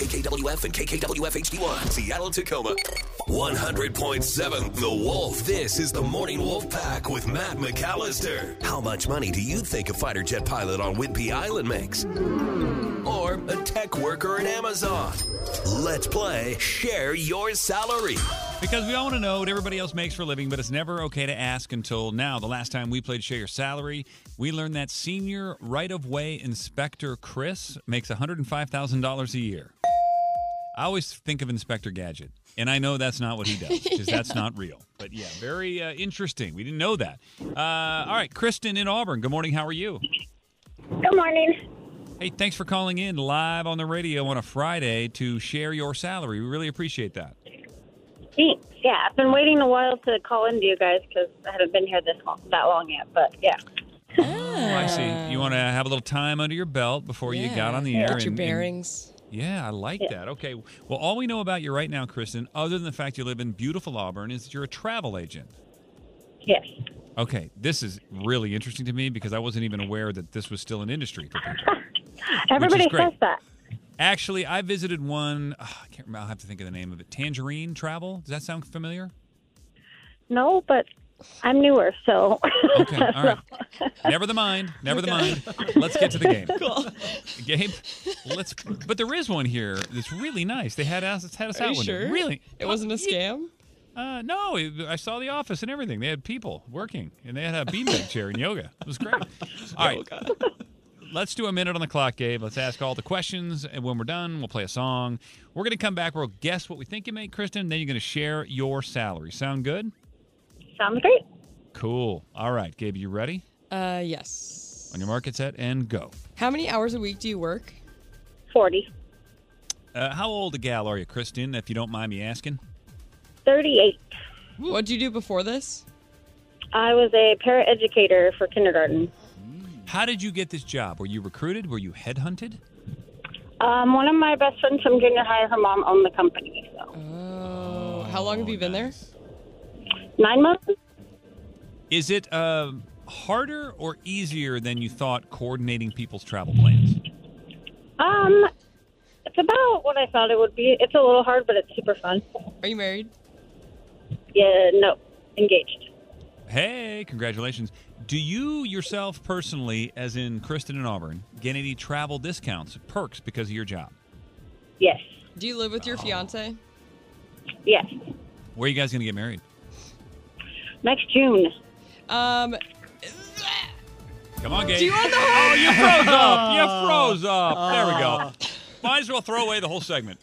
KKWF and KKWF HD1, Seattle, Tacoma. 100.7 The Wolf. This is the Morning Wolf Pack with Matt McAllister. How much money do you think a fighter jet pilot on Whidbey Island makes? Or a tech worker at Amazon? Let's play Share Your Salary. Because we all want to know what everybody else makes for a living, but it's never okay to ask until now. The last time we played Share Your Salary, we learned that senior right of way inspector Chris makes $105,000 a year. I always think of Inspector Gadget, and I know that's not what he does because that's not real. But yeah, very uh, interesting. We didn't know that. Uh, all right, Kristen in Auburn. Good morning. How are you? Good morning. Hey, thanks for calling in live on the radio on a Friday to share your salary. We really appreciate that. Thanks. Yeah, I've been waiting a while to call into you guys because I haven't been here this long, that long yet. But yeah, Oh, I see. You want to have a little time under your belt before you got on the air. Get and- your and- bearings. yeah, I like that. Okay. Well, all we know about you right now, Kristen, other than the fact you live in beautiful Auburn, is that you're a travel agent. yes, Okay, this is really interesting to me because I wasn't even aware that this was still an industry for people. everybody great. says that. Actually, I visited one. ah, I can't remember. I'll have to think of the name of it. Tangerine Travel. Does that sound familiar? No, but I'm newer, so Okay. All right. Never the mind. Never the mind. Let's get to the game. Cool. Gabe, let's. But there is one here that's really nice. They had us had us Are out you with sure? it. Really? It wasn't a Yeah. scam? Uh, no, it- I saw the office and everything. They had people working, and they had a beanbag chair and yoga. It was great. All right, God. let's do a minute on the clock, Gabe. Let's ask all the questions, and when we're done, we'll play a song. We're gonna come back. We'll guess what we think you make, Kristen. Then you're gonna share your salary. Sound good? sounds great. Cool. All right, Gabe, you ready? Uh, yes. On your market set and go. How many hours a week do you work? Forty, Uh, how old a gal are you, Kristen? If you don't mind me asking. thirty-eight. What'd you do before this? I was a paraeducator for kindergarten. How did you get this job? Were you recruited? Were you headhunted? Um, one of my best friends from junior high, her mom owned the company. So Oh, how long have you been nine months. Is it uh, harder or easier than you thought coordinating people's travel plans? Um, it's about what I thought it would be. It's a little hard, but it's super fun. there? Are you married? Yeah, no, engaged. Hey, congratulations. Do you yourself personally, as in Kristen and Auburn, get any travel discounts, perks because of your job? Yes, Do you live with Oh. your fiance? yes. Where are you guys going to get married? Next June. Um, Come on, Gabe. do you want the oh, you froze up. You froze up. There we Ah. go. Might as well throw away the whole segment.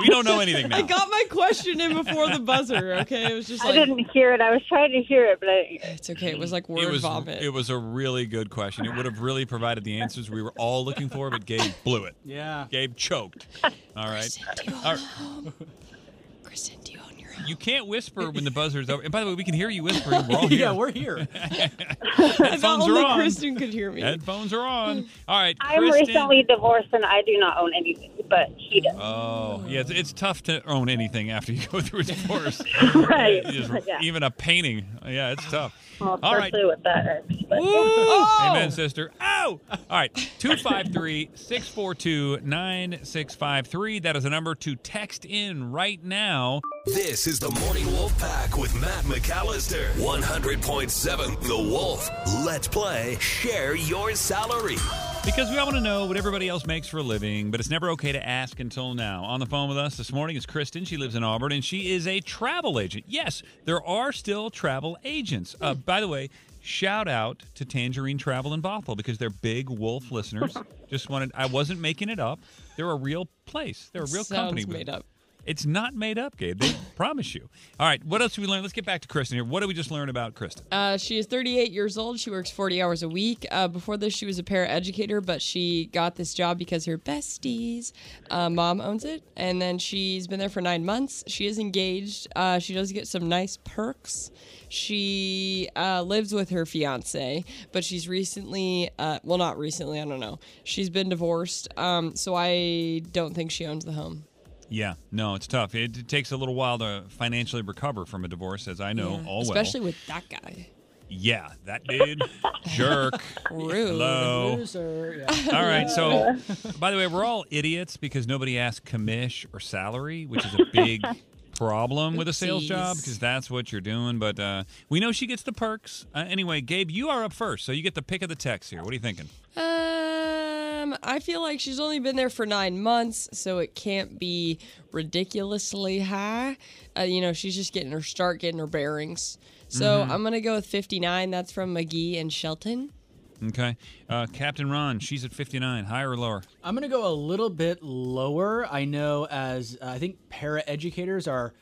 We don't know anything now. I got my question in before the buzzer, okay? It was just I like, didn't hear it. I was trying to hear it, but I didn't hear it. it's okay. It was like word it was vomit. it was a really good question. It would have really provided the answers we were all looking for, but Gabe blew it. Yeah. Gabe choked. All right. All right. Kristen, do you own your You can't whisper when the buzzer's over. And by the way, we can hear you whispering. We're all Oh, here. Yeah, we're here. I thought Headphones are only on. Kristen could hear me. Headphones are on. All right, I'm Kristen. recently divorced and I do not own anything, but he does. Oh, yeah. It's, it's tough to own anything after you go through a divorce. right. You just- yeah. Even a painting. Yeah, it's tough. Well, all right. especially with that ex. But Oh! Amen, sister. Ow! All right, 253 642 9653. That is a number to text in right now. This is the Morning Wolf Pack with Matt McAllister. 100.7 The Wolf. Let's play Share Your Salary. Because we all want to know what everybody else makes for a living, but it's never okay to ask until now. On the phone with us this morning is Kristen. She lives in Auburn and she is a travel agent. Yes, there are still travel agents. Uh, Hmm. by the way, shout out to Tangerine Travel in Bothell because they're big wolf listeners. Just wanted, I wasn't making it up. They're a real place, they're a real Sounds company. made up. It's not made up, Gabe. They promise you. All right, what else did we learn? Let's get back to Kristen here. What did we just learn about Kristen? Uh, she is 38 years old. She works 40 hours a week. Uh, before this, she was a paraeducator, but she got this job because her besties uh, mom owns it. And then she's been there for nine months. She is engaged. Uh, she does get some nice perks. She uh, lives with her fiance, but she's recently, uh, well, not recently, I don't know. She's been divorced. Um, so I don't think she owns the home. Yeah, no, it's tough. It, it takes a little while to financially recover from a divorce, as I know all Oh, well. Especially with that guy. Yeah, that dude. Jerk. Rude. Hello. Loser. Yeah. All right. So, by the way, we're all idiots because nobody asked commish or salary, which is a big problem with a sales Oopsies. job because that's what you're doing. But uh, we know she gets the perks. Uh, anyway, Gabe, you are up first. So you get the pick of the text here. What are you thinking? Um, I feel like she's only been there for nine months, so it can't be ridiculously high. Uh, you know, she's just getting her start, getting her bearings. So Mm-hmm. I'm gonna go with 59. That's from McGee and Shelton. Okay. Uh, Captain Ron, she's at 59. Higher or lower? I'm gonna go a little bit lower. I know as uh, I think paraeducators are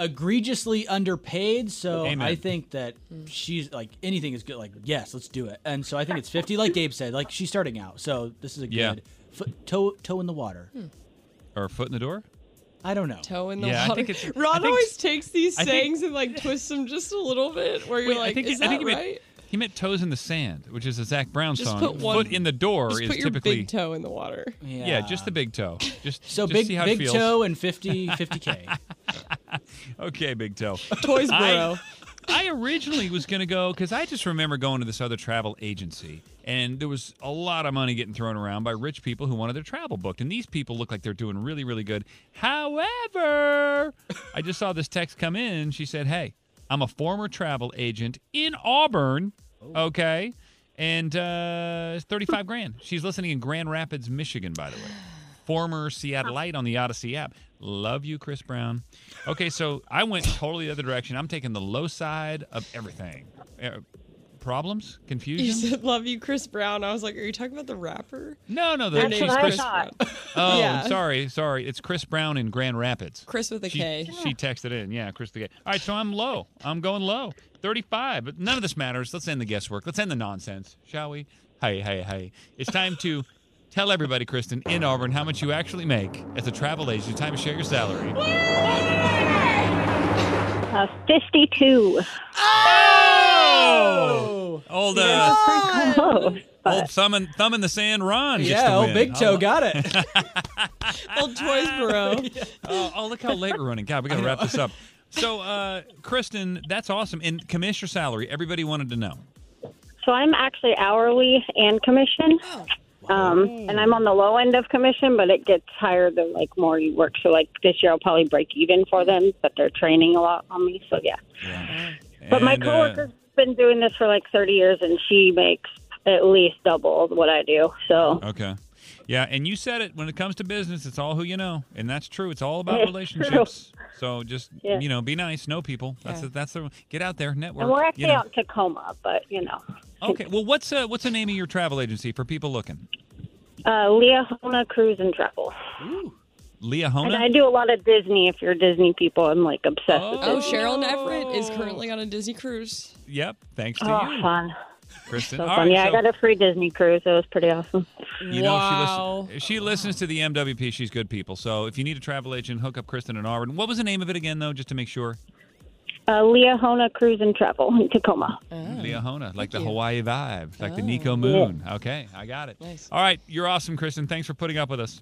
egregiously underpaid, so Amen. I think that she's like anything is good. Like yes, let's do it. And so I think it's 50, like Gabe said. Like she's starting out, so this is a Yeah. good foot, toe toe in the water. Or foot in the door? I don't know. Toe in the Yeah, I water. think it's- I Ron think- always takes these I think- sayings and like twists them just a little bit, where you're Wait, like, is that he right? Meant, he meant toes in the sand, which is a Zach Brown Just song. put one- Foot in the door Just is put your typically big toe in the water. yeah. just the big toe. Just So just big see how it big feels. toe and 50 50k. Okay, big toe. Toys, I, bro. I originally was going to go because I just remember going to this other travel agency, and there was a lot of money getting thrown around by rich people who wanted their travel booked. And these people look like they're doing really, really good. However, I just saw this text come in. She said, Hey, I'm a former travel agent in Auburn. Okay. And uh, it's 35 grand. She's listening in Grand Rapids, Michigan, by the way. Former Seattleite on the Odyssey app. Love you, Chris Brown. Okay, so I went totally the other direction. I'm taking the low side of everything. Uh, problems? You Confusion? said love you, Chris Brown. I was like, are you talking about the rapper? No, no. The, Her That's she's name's what I Chris, thought. Oh, Yeah. sorry, sorry. It's Chris Brown in Grand Rapids. Chris with a she, K. She texted in. Yeah, Chris the K. All right, so I'm low. I'm going low. 35. But none of this matters. Let's end the guesswork. Let's end the nonsense, shall we? Hey, hey, hey. It's time to tell everybody, Kristen, in Auburn, how much you actually make as a travel agent. Time to share your salary. Uh, 52. Oh! Oh. Old, uh, Oh, old thumb, in, thumb in the sand, Ron. gets Yeah, the oh win. big toe Oh, got it. Old toys, bro. Oh, oh, look how late we're running. God, we got to wrap this up. So, uh, Kristen, that's awesome. And commissioner salary, everybody wanted to know. so I'm actually hourly and commission. Oh, Um, and I'm on the low end of commission, but it gets higher the like more you work. So like this year I'll probably break even for them, but they're training a lot on me. So yeah. But my And, uh, coworker's been doing this for like 30 years, and she makes at least double what I do. So okay. Yeah, and you said it. When it comes to business, it's all who you know, and that's true. It's all about It's relationships. So just Yeah. you know, be nice, know people. That's Yeah. the, that's the get out there, network. And we're you actually know. out in Tacoma, but you know, Okay. Well, what's uh, what's the name of your travel agency for people looking? uh, Leahona Cruise and Travel, and I Leahona. do a lot of Disney. If you're Disney people, I'm like obsessed Oh, with Disney. Cheryl Everett is currently on a Disney cruise. Yep. Thanks to Oh, you, fun! Kristen. So All fun. right, yeah, so- I got a free Disney cruise. It was pretty awesome. You know, she, Wow. listens, she listens to the MWP. She's good people. So if you need a travel agent, hook up Kristen and Auburn. What was the name of it again, though, just to make sure? Uh, Leahona Cruise and Travel in Tacoma. Leahona, like the Oh. you. Oh. Hawaii vibe, like the Nico Moon. Okay, I got it. Nice. All right, you're awesome, Kristen. Thanks for putting up with us.